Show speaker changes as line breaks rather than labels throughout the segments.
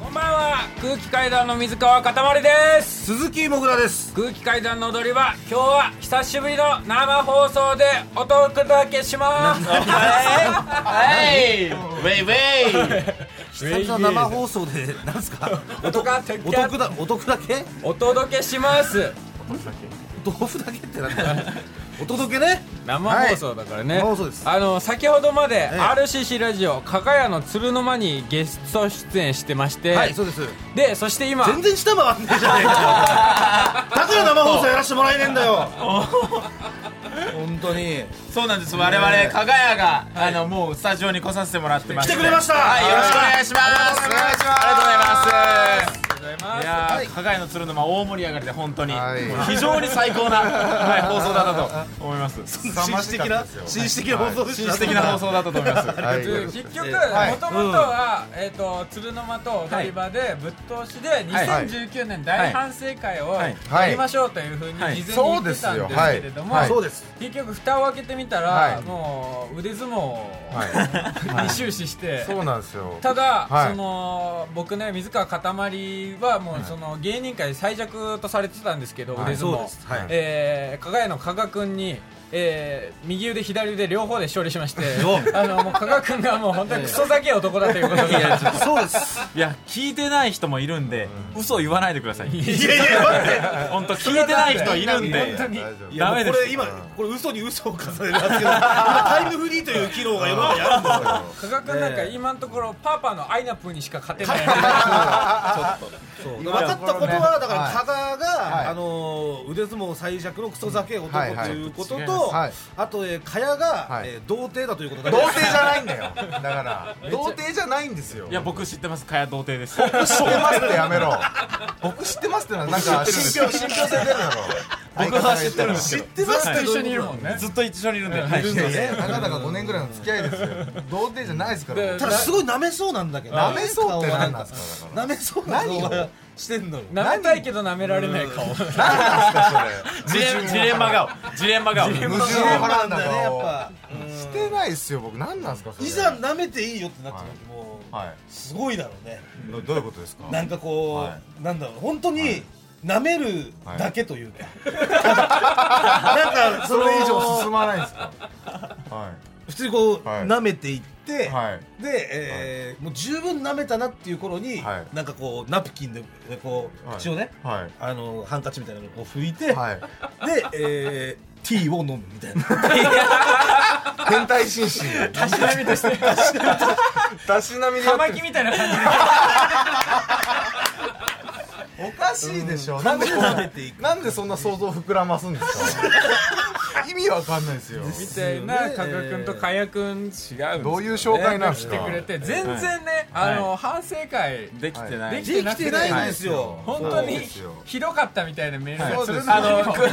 こんばんは空気階段の水川かたまりです
鈴木もぐらです
空気階段の踊りは今日は久しぶりの生放送でお届けし ますはい
ウェイウェイ
久々生放送で なんですか
おとか
お得だお得だけ
お届けします
お豆腐だけってなん だお届けね
生放送だからね、
はい生放送です
あの先ほどまで
ええ
RCC ラジオ加賀屋の鶴の間にゲスト出演してまして、
はいそうです
でそして今
全然下回んねえじ ゃねえかよだから生放送やらせてもらえねえんだよ本当に
そうなんです我々
ね
加賀屋が、あのもうスタジオに来させてもらってま
来
す
てくれました
はいよろしくお願いします
お願いします
ありがとうございます
ありがとうございます
いやー、
はい
加賀屋の鶴沼大盛り上がりで本当に、
はい
もう非常に最高な、はい、放送だったと思います紳
紳士的な紳士的な放送でした
士的な放送だったと思います
は
えー
い。
結局、もともとは、えっ、と、鶴の間とお台場でぶっ通しで、
はい
2019年大反省会を
はい
はい
やりましょうというふうに事前に言ってたんですけれども、
はい
そうです
結局蓋を開けてみたら、
はい
もう腕相撲を
はい
に終始して、
そうなんですよ。
ただ、
はい
その僕ね水川かたまりはもうその芸人界最弱とされてたんですけど、腕相撲、
はい
えー、加賀屋の加賀君に、えー、右腕左腕両方で勝利しまして
お
あのもう加賀君がもう本当にクソ酒男だということ
いや
が
ちょっとそうです
いや聞いてない人もいるんで、嘘を言わないでください
いやいや待って
本当聞いてない人いるん
本
で
当に
大丈夫
いやダメです
これ今これ嘘に嘘を重ねますけど今タイムフリーという機能が世の中にあるんですよ
加賀君なんか今のところパーパーのアイナプーにしか勝てない
分かったことはだから
はい
加賀が、
はい
あのー腕相撲最弱のクソ酒男と
はいはい
いうことと、
はい
あと、えー、加賀が、
はい
えー童貞だということだけ
童貞じゃないんだよ。だから童貞じゃないんですよ。
いや僕知ってます加賀童貞です
僕知ってますってやめろ。僕知ってますってのはな んか信憑信憑性出るだろ。
僕は知ってるんですけど
知ってますって
はい
一緒にいるも んね
ずっと一緒にいるんで、はい
いやいやなかなか五年ぐらいの付き合いですよ。童貞じゃないですか
で
ら。
ただすごい舐めそうなんだけど
舐めそうって何なんですか。だか
舐めそうな顔がしてんのよ
舐めたいけど舐められない顔
ら何なんですかそ
ジ
れ。
レンジレンマ顔ジレンマ顔
矛
そ
盾
う
を
な
払
ん
うん
だ
だ
ねやっ
ろ。
ぱ、
してないですよ僕。何なんですかそ
うん
れ。
いざ舐めていいよってなった時もう、
は
すごいだろうね
い。どどういうことですか。
なんかこう、
は
なんだろう本当に舐めるだけというか、なんかそ
そ
の
れ以上進まないんですか。は
普通にこう、
はい
舐めていって、
いはい。
で、えーもう十分舐めたなっていう頃に、
はい
なんかこうナプキンでこう
はい
口をね、
はい
あのハンカチみたいなのをこう拭いて、
はい。
で、えー、ティーを飲むみたいな
変態紳士。たしなみとして。たしなみでやっ
玉
てる
木みたいな感じで
おかしいでしょ。なんでこん
舐め
な
ていく
なんでそんな想像膨らますんです か。意味わかんないですよ。
みたいな加賀君と加谷君違うんですよね
どういう紹介なんですか
来てくれて全然ねあの反省会
できてない、
でき
できてないんですよ、
本当に
そうですよ
ひどかったみたいなメール
そ
がす
うで
るん
す
です
よ。
あの
よ
く
そうです。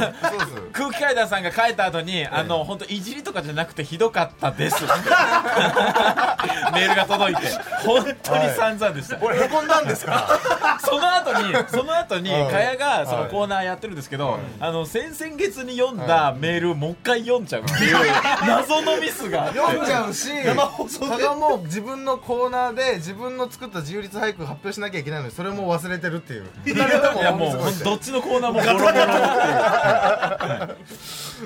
空気階段さんが書いた後に、あの本当いじりとかじゃなくてひどかったです。 メールが届いて、本当に散々でした。
俺へこんだんですから。
その後に、その後に、
はい
かやがそ
は
の
い
コーナーやってるんですけど、あの先々月に読んだメールをもう一回読んじゃうっていう謎のミスが。
読んじゃうし、
生放送で
ただもう自分のコーナーで自分の作った自由律俳句発表しなきゃいけないのにそれも忘れてるっていう。い
いやもうほんとどっちのコーナーもボロボロ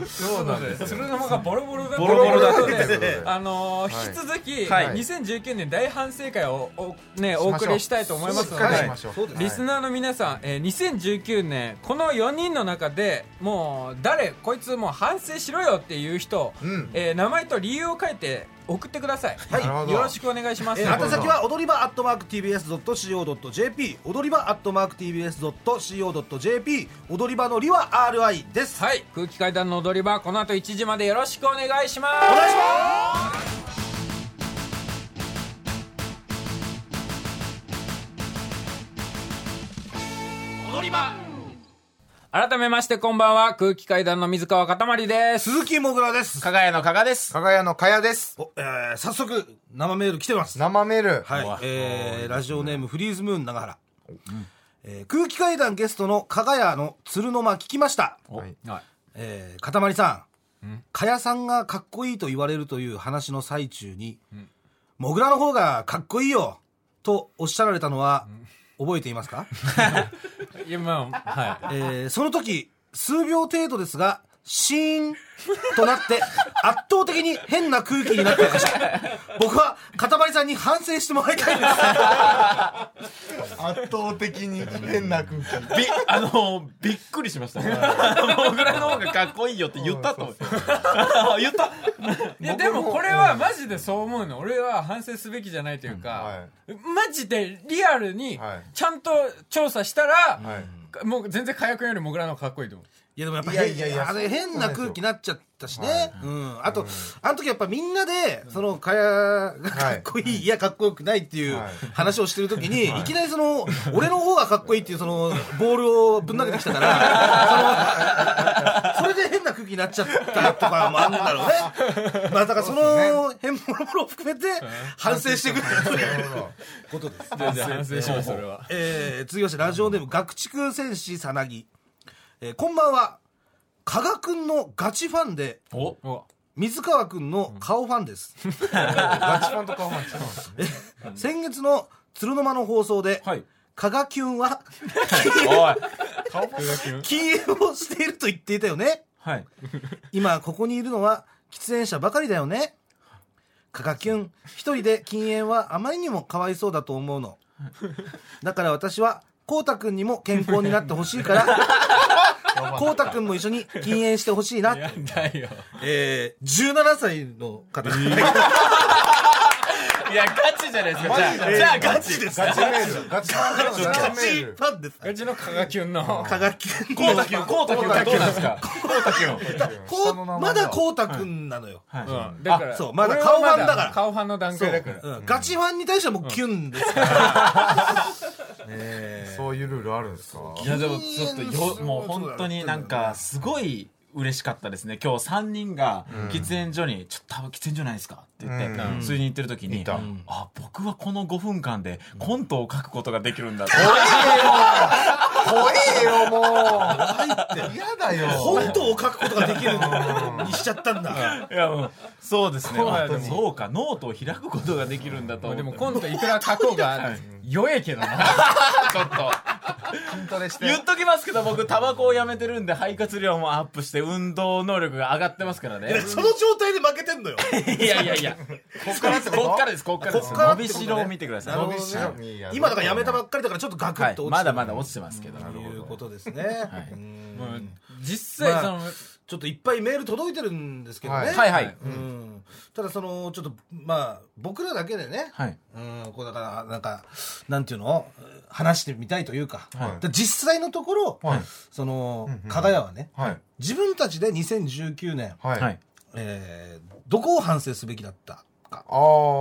そうなんですよ。
鶴の間がボロボロだった
ボロボロだった
ということ
ということ
で
で
あのー
はい
引き続き
はい
2019年大反省会をおねお送りしたいと思いますの
しっかりし
で
ましょう
そうです
リスナーの皆さん、えー2019年この4人の中でもう誰こいつもう反省しろよっていう人、
うん
えー名前と理由を書いて送ってください、
いなるほど
よろしくお願いします、
えー、宛先は踊り場アットマーク TBS.CO.JP 踊り場アットマーク TBS.CO.JP 踊り場のりは RI です、
はい空気階段の踊り場この後1時までよろしくお願いします
お願いします
改めましてこんばんは空気階段の水川かたまりです
鈴木もぐらです
加賀屋の加賀です。
加賀屋の加谷です。
お、えー、早速生メール来てます
生メール。
はい、えー、ラジオネームフリーズムーン長原、えー空気階段ゲストの加賀屋の鶴の間聞きました
はい。
はい
えー、かたまりさん加谷さんがかっこいいと言われるという話の最中に「もぐらの方がかっこいいよ」とおっしゃられたのは、覚えていますか、
いやまあは
えーその時数秒程度ですがシーンとなって圧倒的に変な空気になっていました僕はかたまりさんに反省してもらいたいです
圧倒的に変な空気
び あのびっくりしました僕らの方がかっこいいよって言ったと思って 言った
いいやでもこれはマジでそう思うの俺は反省すべきじゃないというか、マジでリアルに
はい
ちゃんと調査したら、
はい
もう全然火薬よりもぐらの方がかっこいいと思う
いやでもやっぱ
いやいやいや
あれ変な空気になっちゃったしね、うん、あと、あの時やっぱみんなでそのかやがかっこいい、い、やかっこよくないっていう
はい
話をしてる時に、い、きなりその俺の方がかっこいいっていうそのボールをぶん投げてきた からそのそれで変な空気になっちゃったとかもあるんだろうねまあだからその変もろもろを含めて反省してくれるということです
全然反省しますそれは
えー、続きましてラジオネーム学畜戦士さなぎ、えーこんばんは加賀くんのガチファンで
お
お
水川くんの顔ファンです、
ガチファンとかは違うんですね
先月の鶴の間の放送で、
はい
加賀きゅんは
おい
顔ファン
禁煙をしていると言っていたよね
はい
今ここにいるのは喫煙者ばかりだよねカカキュン一人で禁煙はあまりにもかわいそうだと思うのだから私はこうたくんにも健康になってほしいからこうたくんも一緒に禁煙してほしいな
やだよ
えー、17歳の方、
いやガチじゃないですかじゃあ
マジで
じゃあガチです
ガチメールガチファンからのガチメール
パンです
ガチの加賀キュンの
加賀君
こうたきゅんこうたきゅんはどうなんですかこうたきゅん
こうまだこうたくんなのよ、
うんだから
そうまだ
俺は
顔ファンだから
顔ファンの段階だから
うんガチファンに対してはもうキュンですから、
そういうルールあるんですか
いやでもちょっと
禁煙の
よもう本当になんかすごい嬉しかったですね今日3人が喫煙所に「ちょっと多分喫煙所ないですか?」って言って
うん
吸いに行ってる時に
いた
「あ僕はこの5分間でコントを書くことができるんだ」
怖えよもう嫌だよ
本当を書くことができるにしちゃったんだ、
いやうんそうですね
そうだよ
あそうかノートを開くことができるんだと思って
でも今度いくら書こうが弱えけどな
ちょっと
筋トレし て
言っときます けど僕タバコをやめてるんで肺活量もアップして運動能力が上がってますからね
その状態で負けてんのよ
いやいやいやこっからですこっからですこっからです
こっからっ
伸
てことね
びしろを見てください
なるほどね
伸びしろ
今だからやめたば
っ
っかりだからちょっとガク
は
ッ
い
と落ちて
ま
る
だまだ落ちてますけ
と
ど
いうことですね、
い
うん
もう実際その、
ちょっといっぱいメール届いてるんですけどね、
はい
はいはい
うん、ただそのちょっとまあ僕らだけでね、
はい
うんこうだからなんかなんていうの話してみたいというか,、
はい
実際のところ、
はい
その
うんうん
加賀屋はね
はい
自分たちで2019年、
はい
はい
えーどこを反省すべきだったか
ああ
っ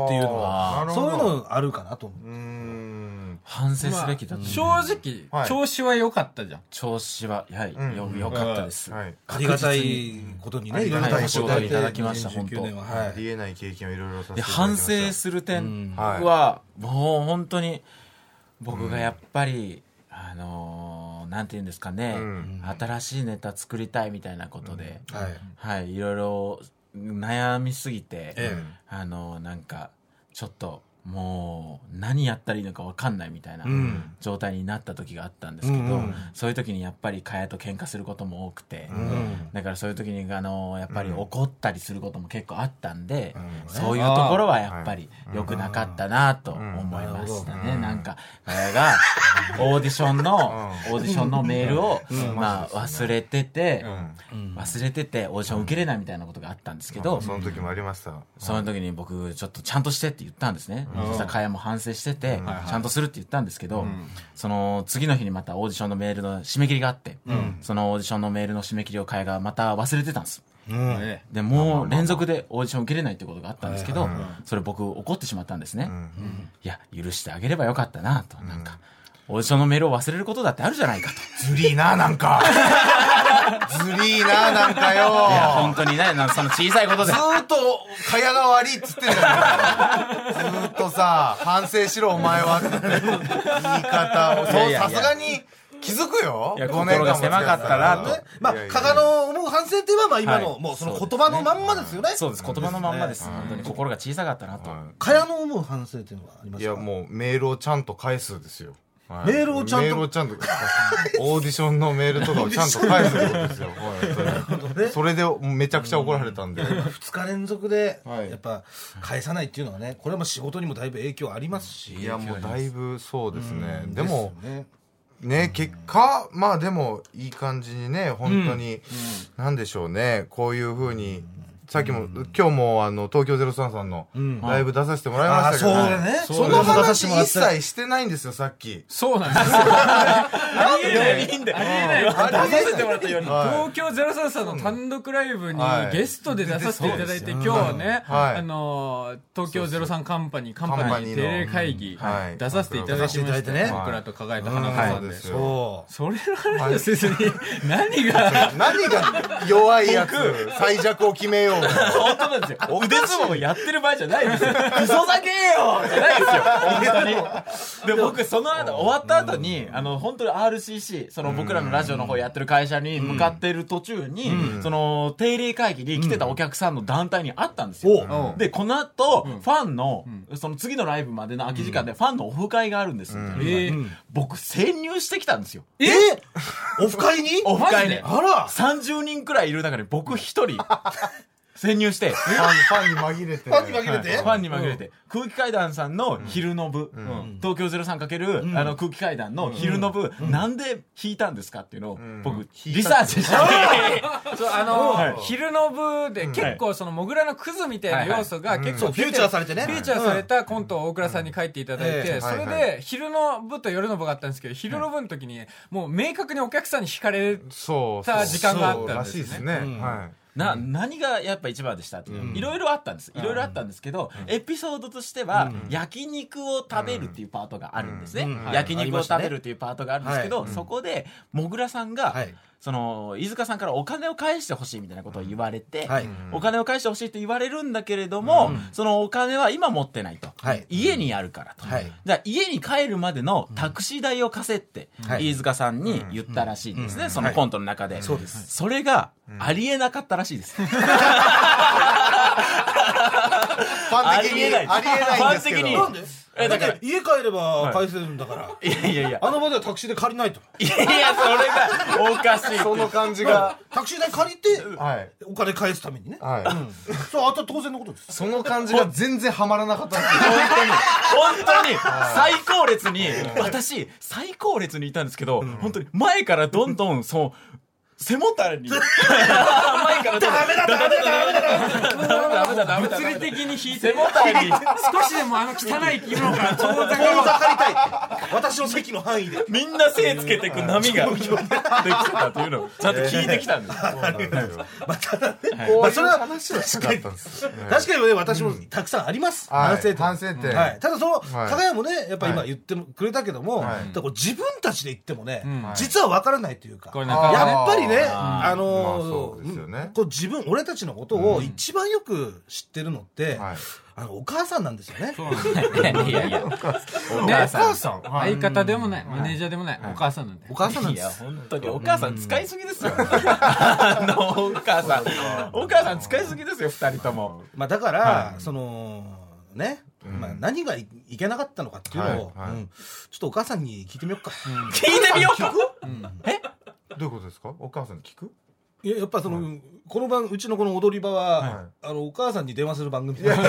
ていうの
は
そういうのあるかなと思う
うーん
反省すべきだと
正直、
はい
調子は良かったじゃん
調子ははい
うん
よよかったです
はい
ありがたいことにね、
うん
いろいろ
ありがたい
教え
ことをい
ただきました
2019年は、
は
はい
ありえない経験をいろいろさせて
で
いただきま
反
した
省する点
はい
はもう本当に僕がやっぱりあのーなんて言うんですかね
うん
新しいネタ作りたいみたいなことで
い、はい、
はいいろいろ悩みすぎて
え
あのなんかちょっともう何やったらいいのか分かんないみたいな
うん
状態になった時があったんですけど、
うんうん
そういう時にやっぱり蚊帳と喧嘩することも多くて、
ん
だからそういう時にあのやっぱり怒ったりすることも結構あったんで、
うん
そういうところはやっぱり良くなかったなと思いましたね、なんか蚊帳がオーディションの、オーディションのメールを、まあ、忘れてて、忘れててオーディション受けれないみたいなことがあったんですけど、
その時もありました
その時に僕ちょっとちゃんとしてって言ったんですね、そしたら会も反省してて、ちゃんとするって言ったんですけど、その次の日にまたオーディションのメールの締め切りがあって、そのオーディションのメールの締め切りを会がまた忘れてたんです
ね
でもう連続でオーディション受けれないってことがあったんですけど、それ僕怒ってしまったんですね、いや許してあげればよかったなと、なんかオーディションのメールを忘れることだってあるじゃないかと
ずりーななん かずりーななんかよ
いや本当にねなその小さいことで
ずーっと、かやが悪いっつってんだから。ずーっと さ、反省しろ、お前は。言い方
いや
を。そう、
いや
さすがに気づくよ。
いや
五年
心
間も
が狭かったなと
付き合って
まあ
いやいや
加賀の思う反省点はまあ今の、
はい
もうその言葉のまんまですよね
そうです言葉のまんまです、本当に心が小さかったなと、
は
加賀の思う反省点はありま
いい
すか
や、もうメールをちゃんと返すですよ。は
メ
い
ールをちゃんと
メールをちゃんと オーディションのメールとかをちゃんと返すことで すよはい
どね
それでめちゃくちゃ怒られたんで
2日連続で
はい
やっぱ返さないっていうのはねこれはもう仕事にもだいぶ影響ありますし
いやもうだいぶそうですね
うん
でも
ですよね
ね結果まあでもいい感じにね本当に何でしょうねこういうふうにさっきも今日もあの東京03さんの
ん
ライブ出させてもらいましたけど
あそうだね
その話一切してないんですよさっき
そうなんですよありえない
いいんだよ。
ありえない
出させてもらったように。
は
東京03さんの単独ライブに
はい
ゲストで出させていただいて、今日はね、
はい
あのー東京03カンパニー、カン
う
パニー
カンパニーの
定例会議、
はい
出させていただきま
出さ
し
せて
た
いただいてね
僕らと輝いた花子
い
さ
そ
んで、
うですよ
そ
それの話をせずに、何が、
何が弱いやつ最弱を決めよう
本当なんですよ。腕相撲やってる場合じゃないですよ。クソだけよじゃないですよ。本当に。で、僕、その後、終わった後に、あの、本当に RCC、その僕らのラジオの方やってる会社に向かってる途中に、その、定例会議に来てたお客さんの団体に会ったんですよ。
お
で、この後、ファンの、その次のライブまでの空き時間でファンのオフ会があるんですみたいな
え
言われて。
ー
僕、潜入してきたんですよ。
うえオフ会に
オフ会に。
あら
30人くらいいる中で僕一人潜入して、
ファンファンに紛れてフ
ァンに紛れて
ファンに紛れて、空気階段さんの昼の部、東京03×、あの空気階段の昼の部、なんで弾いたんですかっていうのを、僕、リサーチして、
そうあのー
はい
昼の部で結構そのモグラのクズみたいな要素が結構
そう
出て
フューチャーされてね
フューチャーされたコントを大倉さんに書いていただいて、
うん
それ
はいは
で昼の部と夜の部があったんですけど、昼の部の時にもう明確にお客さんに惹かれる。
そう
さあ時間があったん
ら
です
し
ね
いですね
ん
はい
な、何がやっぱ一番でしたっていう。いろいろあったんです。いろいろあったんですけど、エピソードとしては、焼肉を食べるっていうパートがあるんですね
うんは。い
焼
あり
肉
ま
を
した
食
ね
べるっていうパートがあるんですけど、そこで、もぐらさんが
はい、
その、飯塚さんからお金を返してほしいみたいなことを言われて、
はい
お金を返してほしいって言われるんだけれども、そのお金は今持ってないと。
はい
家にあるからと。
はい
だから家に帰るまでのタクシー代を貸せって、
はい
飯塚さんに言ったらしいんですね、そのコントの中で。
そうです
それが、ありえなかったらし いです。
ファン的にありえないんですけど
ファン的に
なんで
え
だか
だからら
家帰れば返せるんだから、
いやいやいや。
あの場ではタクシーで借りないと
いやいや、それがおかしいって。
その感じが
タクシー代借りて
はい
お金返すためにね、
はい
そうあとは当然のことです
その感じが全然ハマらなかったんですよ
本当に、本当に、最高列に、私、最高列にいたんですけど、本当に、前からどんどん、その、背もたれに。前からダメだ、ダメだ、ダメだ、ダメだ、ダメだ、
物理的に引い
背
て
もたれに、
少しでもあの汚い生き物から遠ざ
口
か
座借りたいっ て私の席の範囲で
みんな背つけてく波が、できてたというのを、ちゃんと聞いてきたんです。
こう
ま
い
あ
う
それは
話はしたかったんですよね
確かにね私もたくさんあります、
はい
反省点
反省点
はい、ただその
はい
加賀屋もねやっぱ今
はい
言ってもくれたけども、
はい
だからこう自分たちで言ってもね、
ん
実は分からないというか、
これな
やっ
んかね
ぱりね
あ
あの
まあそうですよね
こう自分俺たちのことを一番よく知ってるのって、
はい
あのお母さんなんですよね
いやいやいや、お母
お母
さ
さん
ら。
はい
相方でもない、マネージャーでもない、お母さんなんで
お。母さんなん
ん。い
で
や、
す
本当にお母さん使いすぎですよ。あの、お母さん。お母さん使いすぎですよ、二人とも。
まあ、だから、そのね、まあ、何がいいけなかったのかっていうのを、
はいはい
うんちょっとお母さんに聞いてみようか、
聞いてみようか
どういうことですかお母さんに聞く
いややっぱその、この番うちのこの踊り場は、
は
あのお母さんに電話する番組で
そん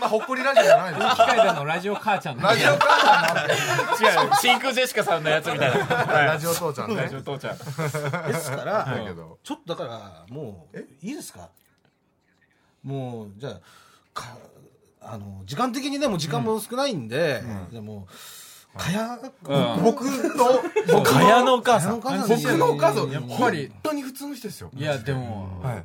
なほっこりラジオじゃないですよ
機械だのラジオ母ちゃんなん
ラ
で
ジオ母ちゃんなんて
違う、真空ジェシカさんのやつみたいな。
ラジオ父ちゃん
ラ
ね
ジオ父ちゃん。
です から、
だけど
ちょっとだからもういいですかもうじゃあかあの時間的にねもう時間も少ないんで、じゃあもうかや、
僕の
かやのお
かや
母さ
のお
ん。
母さんに
僕のお母さん
やっ
本
ぱり
当に普通の人ですよ
いや、でも、
はい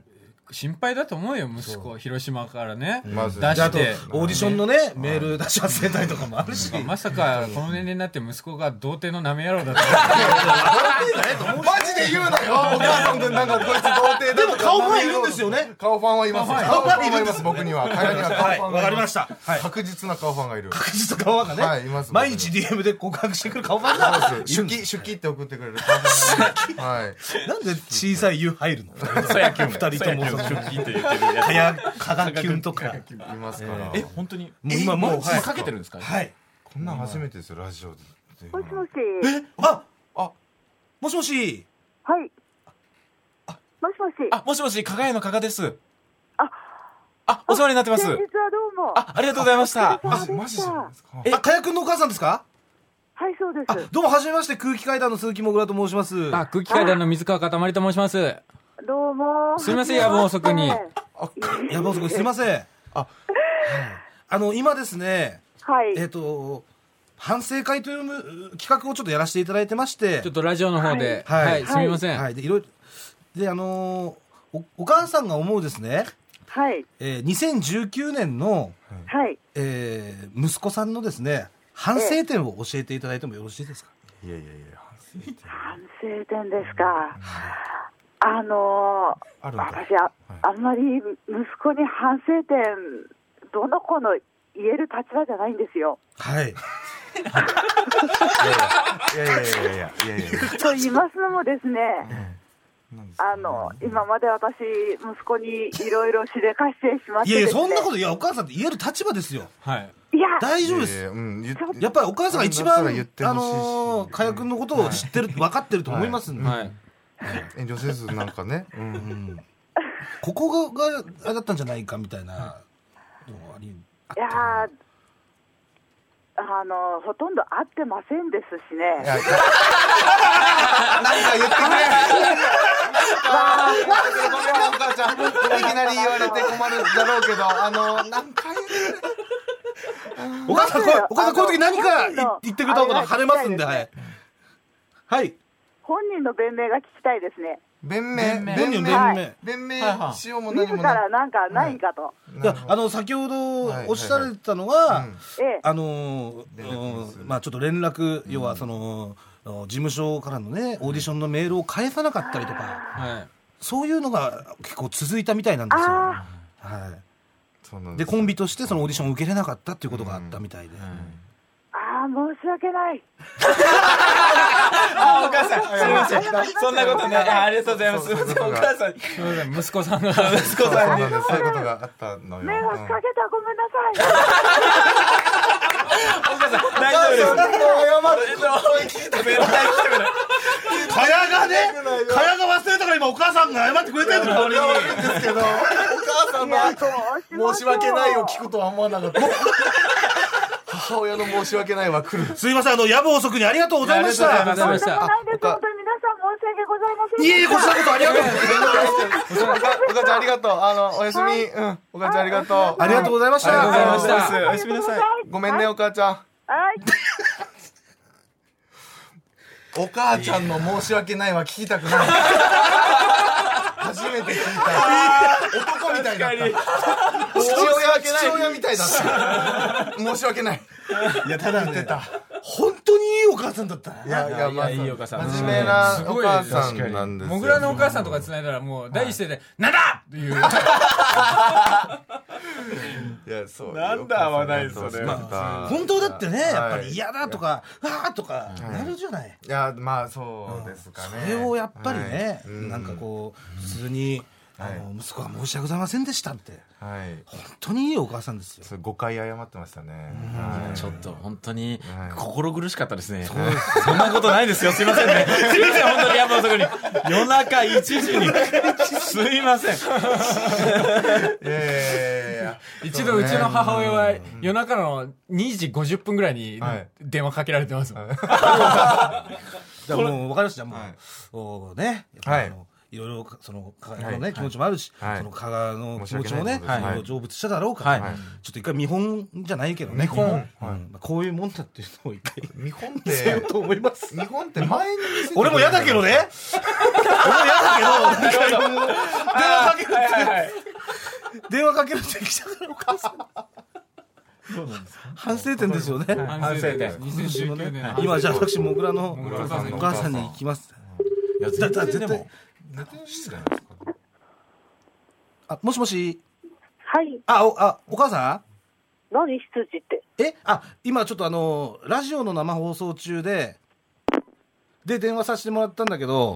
心配だと思うよ、息子。広島からね。
まず
出
じゃあ
し
あと
て。
オーディションのねメール出し忘れたりとかもあるし
まさか、この年齢になって息子が童貞の舐め野郎だった。
マジで言うなよお母さんでなんかこいつ童貞
で
だ
も顔ファンいるんですよね
顔ファンはいます
顔
顔
フ
フ
ァン
ァンはいます僕には彼には顔ファンがいます
わかりましたはい
確実な顔ファンがいる
確実と顔がね、
はいいます
毎日 DM で告白してくる顔が
そうです出勤出勤って送ってくれる顔ファンがいるはい
なんで小さい「ゆ」入るの
そやきゅん。
二人ともそ
そ
の
やきゅん出勤って言ってるや
かやかがきゅんとかも
いますから
つ。え、本当に
う今もう
今かけてるんですか
はい
こんなん初めてですよラジオでという
もしもし。
えあ
あ
もしもし
はい。もしもし。
あ、もしもし、加賀屋の加賀です。
あ、
あ、お世話になってます。
先日はどうも。
あ、ありがとうございました。
お疲れ様でした
マジじゃないですか
え
あかやくんのお母さんですか
はい、そうで
あ
す。
どうもはじめまして空気階段の鈴木もぐらと申します
あ、空気階段の水川かたまりと申します。
どうも。
すいません夜分遅くに
は
山本君すいませんあ,、はい、あの今ですね
い。
えっ、と反省会というむ企画をちょっとやらせていただいてまして
ちょっとラジオの方で、
は
はいい、
はい
すみません。
はいでいろいろであのーおお母さんが思うですね、
はい。
えー、2019年の、
はい。
えー息子さんのですね反省点を教えていただいてもよろしいですか、
いやいやいや反省点
反省点ですか。あの
あるん
ー、
だ
私あ、あんまり息子に反省点、どの子の言える立場じゃないんですよ。
はい
いやいやいやいやいやいやいや
と言いますのもですね、
なんですか
あの、今まで私、息子にいろいろしでかしてしまっ
い
て
やい
で
や
すね。
そんなこといやお母さんって言える立場ですよ
はい。
いや、
大丈夫で
いやい
す
やうん言っ
やっぱりお母さんが一番、
だったら言って
あ
ほしいし
のー、かやくんのことを知ってる、分かってると思いますんで、
はい。
遠慮せずなんかね、うん
うんここが、があれだったんじゃないかみたいな、のはありあっ
い
た
や
かな
ーあのほとんど会ってませんですし
い
ね、
やなんか言ってくれごめんお母ちゃんいきなり言われて困るだろうけどあの何回言ってくれ
お母さん、こうお母さん、
あの
こういう時何か
本人の
言ってくれたことが晴れますんで、
あ
は
れ
い。はい。
本人の弁明が聞きたいですね、
弁明
本人の
弁
弁
は
明。
い
明弁明しようも何
自
もな
ら
い
なんかないかと、
いや、あの、先ほど
はい
おっしゃられてたの
はい
は
うん、
ええ、
あの
連絡す
ー、
る
まあちょっと連絡、要はその、事務所からのね、オーディションのメールを返さなかったりとか、
はい。
そういうのが結構続いたみたいなんですよ。
あ
はい。
そうなん
で
です
コンビとしてそのオーディションを受けれなかったっていうことがあったみたいで、
ああー、申し訳ない、
あ、お母さん。すみません。そんなことね。あありがとうございます。す
そう
み
そう
ません、お
そう
母さん。
すみません、息子さんが。
息子
そうそう
さんに。
なんですそういうことがあったのよ
迷惑
うん
かけた、ごめんなさ
大
い、
丈夫です。謝る。絶対来てくれ。
かやがねかやが忘れたから今お母さんが謝ってくれてるのに
ですけどお母さん
いやどうしまし
申し訳
ょう
ないを聞くとは思わなかった母親の申し訳ないは来る
すいませんあの夜分遅くにありがとうございました
ありがとうございまし
とんで
た。
もないです、
あ
本当に皆さん、申し訳ございませ
いえ
ん
いえこちらこそありがとうございまし
お母お母ちゃんありがとうあのおやすみ、
はい
うんお母ちゃんありがとう
たありがとうございまし
ありがとうございまし
た
おや
た
すみおやすみなさい。
ごめんねお母ちゃん
はい、
お母ちゃんの申し訳ないは聞きたく ない初めて聞いた男みたいだった父親父親みたいだった申し訳ない
いやただ言ってた本当にいいお母さんだった
いやいやまあ
いやいいお母さん
真面目な
す
お
ごい
母さんなんですよ
もぐらのお母さんとか繋いだらもう第一声で「なんだ!」っていう
いやそう
なんだ話題それ
まあ
本当だってねやっぱり
いや
嫌だとかああとかなるじゃない
いやまあそうですかね
それをやっぱりね
はいうん
なんかこう普通にあの息子は申し訳ございませんでしたって
はい
本当にいいお母さんですよ
それ5回謝ってましたねはい
ちょっと本当に
はい
心苦しかったですね。そんなことないですよ。すいませんね。すいません、本当にやっぱ遅くに。夜中1時に。すいません。
いやいやいやいや
一度うちの母親は夜中の2時50分ぐらいに
はい
電話かけられてますもん
じゃあもう分かりました。もう、
はい
おーね、
はい
あのいろいろその加賀のね、
はい
気持ちもあるし、
はい
その加賀の気持ちもね、
申し訳ない
いろい
はい
ろ成仏しただろうから、
はい
ちょっと一回見本じゃないけどね、
見本
うん
はい
まあこういうもんだっていうのを一回
日本っ
見せよ う
て
と思います。
日本って前に見せて
俺も嫌だけどね。俺も嫌だけど、なんか電話かけるって来たからお母さん。反省点ですよね。
反省点
ね
2019年の
今じゃあ私もぐらの
ぐらさんの
お
お
母
母
さ
さ
ん
ん
に行きます。
いや、
だ
絶
だ
対
絶
で
対
も。
寝てるじゃないですか
あもしもし。
はい、
あおあお母さん。
何、羊って、
えあ今ちょっとあのラジオの生放送中でで電話させてもらったんだけど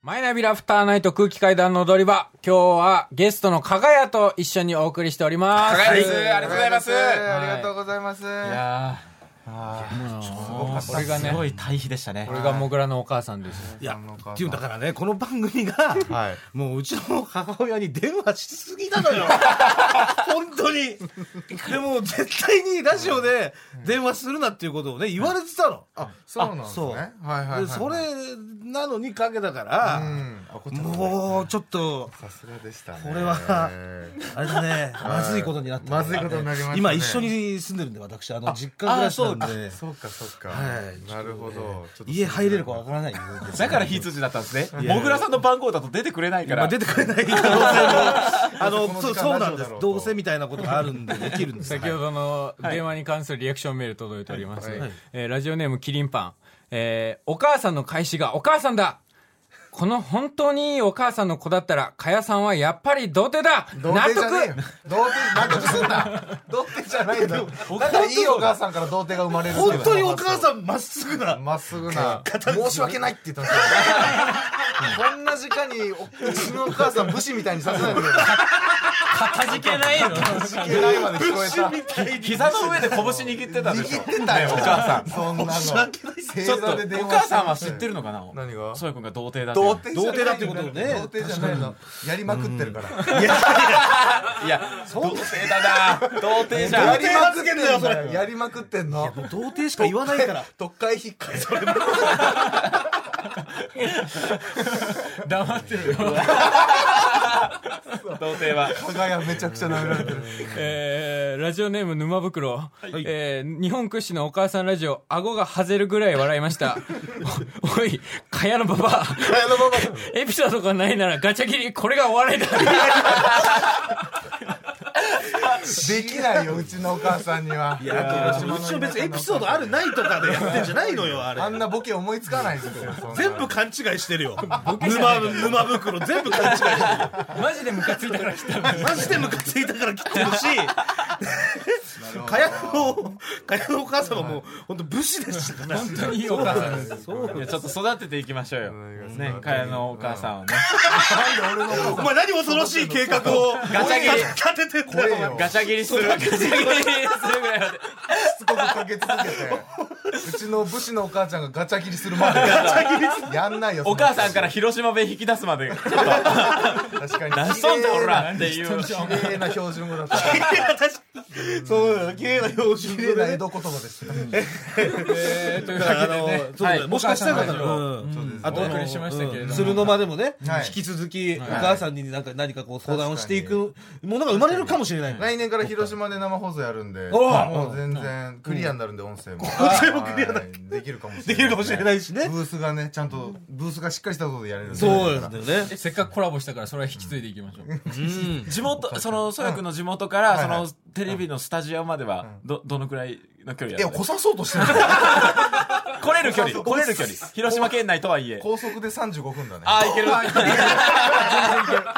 マイナビラフターナイト空気階段の踊り場。今日はゲストの加賀谷と一緒にお送りしております。
加賀谷です。ありがとうございます。
ありがとうございます。
いやー、
俺がね
すごい対比でしたね。
俺がモグラのお母さんです。
いや
あのお母さん
っていうだからねこの番組 が、
はい
もううちの母親に電話しすぎたのよ本当にでも絶対にラジオで電話するなっていうことをね言われてたの、
あ、そうなんですね。
そう
はいはいはいはい。
でそれなのにかけたから、
うん。あ、こっちも。
もうちょっと
さすがでしたね。
これはあれだねまずいことになって
まずいことになりましたね
今一緒に住んでるんで私あの実家暮らしなんで
そうかそうか。
はい
なるほど。ちょっと
家入れるかわからないよ
だから非通知だったんですね。もぐらさんの番号だと出てくれないか
ま
ら
あ、。出てくれない可能性もあ
こ
の
の
そう
時間
そうな
ラジ
んで
オだ
す
ろうと
どうせみたいなことがあるんでできるんです
先ほどの電話に関するリアクションメール届いております。
はいはい
えーラジオネームキリンパン。えーお母さんの返しがお母さんだこの本当にいいお母さんの子だったら、かやさんはやっぱり童貞だ
童
納
貞じゃねえよ
得
童貞納得すんな童貞じゃないんだよだからいいお母さんから童貞が生まれるっていう
本当にお母さんまっすぐな
まっすぐな申し訳ないって言ってましたよこんな時間におうちのお母さん武士みたいにさせないでくれ
かじけないの。
いけないまで聞こえた
膝の上で拳握ってたでしょ。
握ってたよお母さんそんなの
申し訳ない
ちょっと、お母さんは知ってるのかな
何が
そうやくんが童貞だっていう
童
の
貞
童貞だってことをね
童貞じゃないのやりまくってるから
いや、童貞だな童貞じゃん。
まくってんのやりまくってんの
童貞しか言わない から
特会引っかえそれ
黙ってるよ。童貞は。
輝めちゃくちゃ舐められてる
えーラジオネーム沼袋、えー日本屈指のお母さんラジオ顎が外れるぐらい笑いました おおいかやのばば
綾野ママさん
エピソードがないならガチャ切りこれがお笑いだ
できないようちのお母さんにはい
やだってうちの別にエピソードあるないとかでやってんじゃないのよあれ
あんなボケ思いつかないんですよそんな
全部勘違いしてるよ沼沼袋全部勘違いして
マジでムカついたから来た
るマジでムカついたから切ってるしかやのかやのお母様も本当武士でしたから
本当にいいお母さん です
いやちょっと育てていきましょうよ。ね、かやのお母さんをね。
なんで俺の
お前何恐ろしい計画を
ガチャ切り
立ててんだよお前
ガチャ切りする。ガチャ切りするぐらいまで。
しつこくかけ続けてうちの武士のお母ちゃんがガチャ切りするまでガチャ切りやんないよ
お母さんからら広島弁引き出すまで。
確かに
出しとんだおらっていう。
綺麗な標準語だった
そうだよ綺麗な標準
綺麗
語
な
で
江
ね
戸言葉ですよ
えーという
あ
わけで
の
ね
そうだよもしかしたらだ
お母
か
さん
ら
の
うんあ
お送りしましたけれども
うん鶴の間でもね
はい
引き続きお母さんになんか何かこう相談をしていくものが生まれるかもしれない
来年から広島で生放送やるんで
おう
もう全然クリアになるんで音声も音
声もクリアだ
できるかもしれな
で
い
きるかもしれないしね
ブースがねちゃんとブースがしっかりしたことでやれるんで
そうなんだよね
えせっかくコラボしたからそれは引き継いでいきましょう、
地元、 その、そやくんの地元から、そ
はいは
の、テレビのスタジオまでは、ど、どのくらいの距離
い
や
や
る
こさそうとしてる
来れる距離。来れる距離。広島県内とはいえ。
高速で35分だね
ああ、いける。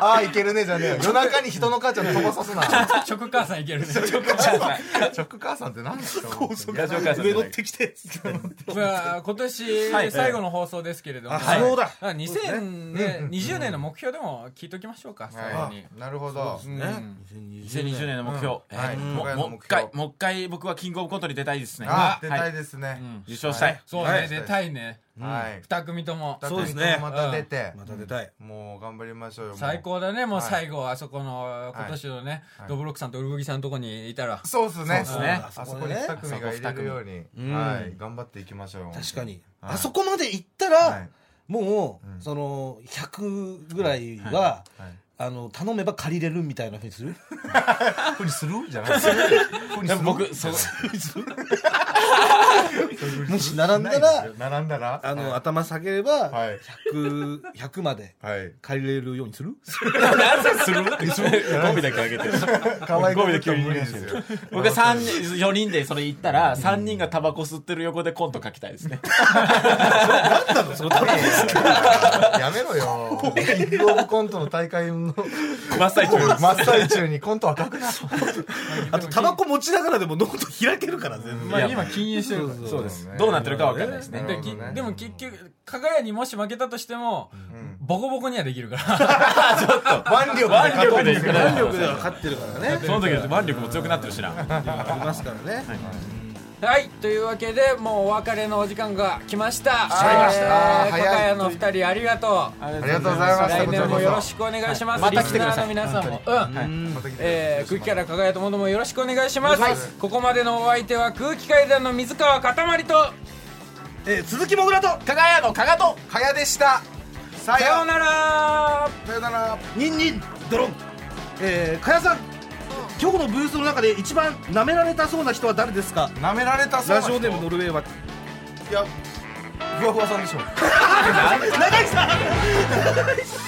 ああいけるねじゃねえよ夜中に人の母ちゃん飛ばさすな
直母さんいけるね
チョック母さんって何ですか高速
ラジオ母さんじ
上
ゃな
乗っ
い。
てきて
まあ今
は
年
い
最後の放送ですけれども、
あ
はい
そうだ
まあ2020年の目標でも聞いときましょうか最後に、
なるほど
うん
2020年の目標。
うんはい
えーも
うん
もう一回、もう一回僕はキングオブコントに出たいですね。
あ出た
はい
ですね
受賞したい。
そうね、
はい
出たいね
はい
二組とも
そうですね
また出て
また出たい
もう頑張りましょうよもう
最高だねもう
はい
最後あそこの今年のね、
はい
ドブロックさんとウルブギさんのとこにいたら
そうっすね
そうっすね
あそこに2組が入れるように
ん
はい頑張っていきましょう
確かに
はい
あそこまで行った
は
ら
い
も
うん
うその100ぐらいは
はい
あの頼めば借りれるみたいなふうにする
ふにするじゃないふに
で
する
も僕、そう、
もし並んだ
ない
ら
ですよ並んだら
あの頭下げれば
はい
100 100まで
はい
借りれるようにする
何歳するゴミだけあげて。
可愛い
ゴ
子
ミで
で
急に
無理ですよ
僕は三人、4人でそれ行ったら、3人がタバコ吸ってる横でコント書きたいですね。
そのために
やめろよ。キングオブコントの大会の
真っ最中です
真っ最中にコントは書くな。
あとタバコ持ちながらでもノート開けるから全 然
まあ今禁煙してるから
そうです
どうなってるかわかんないですね
できでも結局加賀屋にもし負けたとしても、ボコボコにはできるか
腕
ら
腕力
力でいく
か
な
ら。
体力では勝ってるからね
その時腕力も強くなってるしな
ありますからね
はいというわけでもうお別れのお時間が来ました
いました
えー
早
加
い
賀屋の二人ありがとう
ありがとうございました。
来
こちら
年
こ
も
そ
よろしくお願いします、
はいま
リ
た来
ス
てく
ナ
ださ
ーの
い
皆さんもうん、
また来てください
えー、空気から加賀屋ともどもよろしくお願いします、ここまでのお相手は空気階段の水川かたまりと
えー鈴木もぐらと
加賀屋の加賀と
かやでした。さ
さよ
よ
うなら
さようなら。
ニンニンドロンえー、かやさん今日のブースの中で一番舐められたそうな人は誰ですか
舐められたそう
ラ
な
ジ
人。
オネームノルウェーは長
いや、ふわふわさんでしょ。
井さん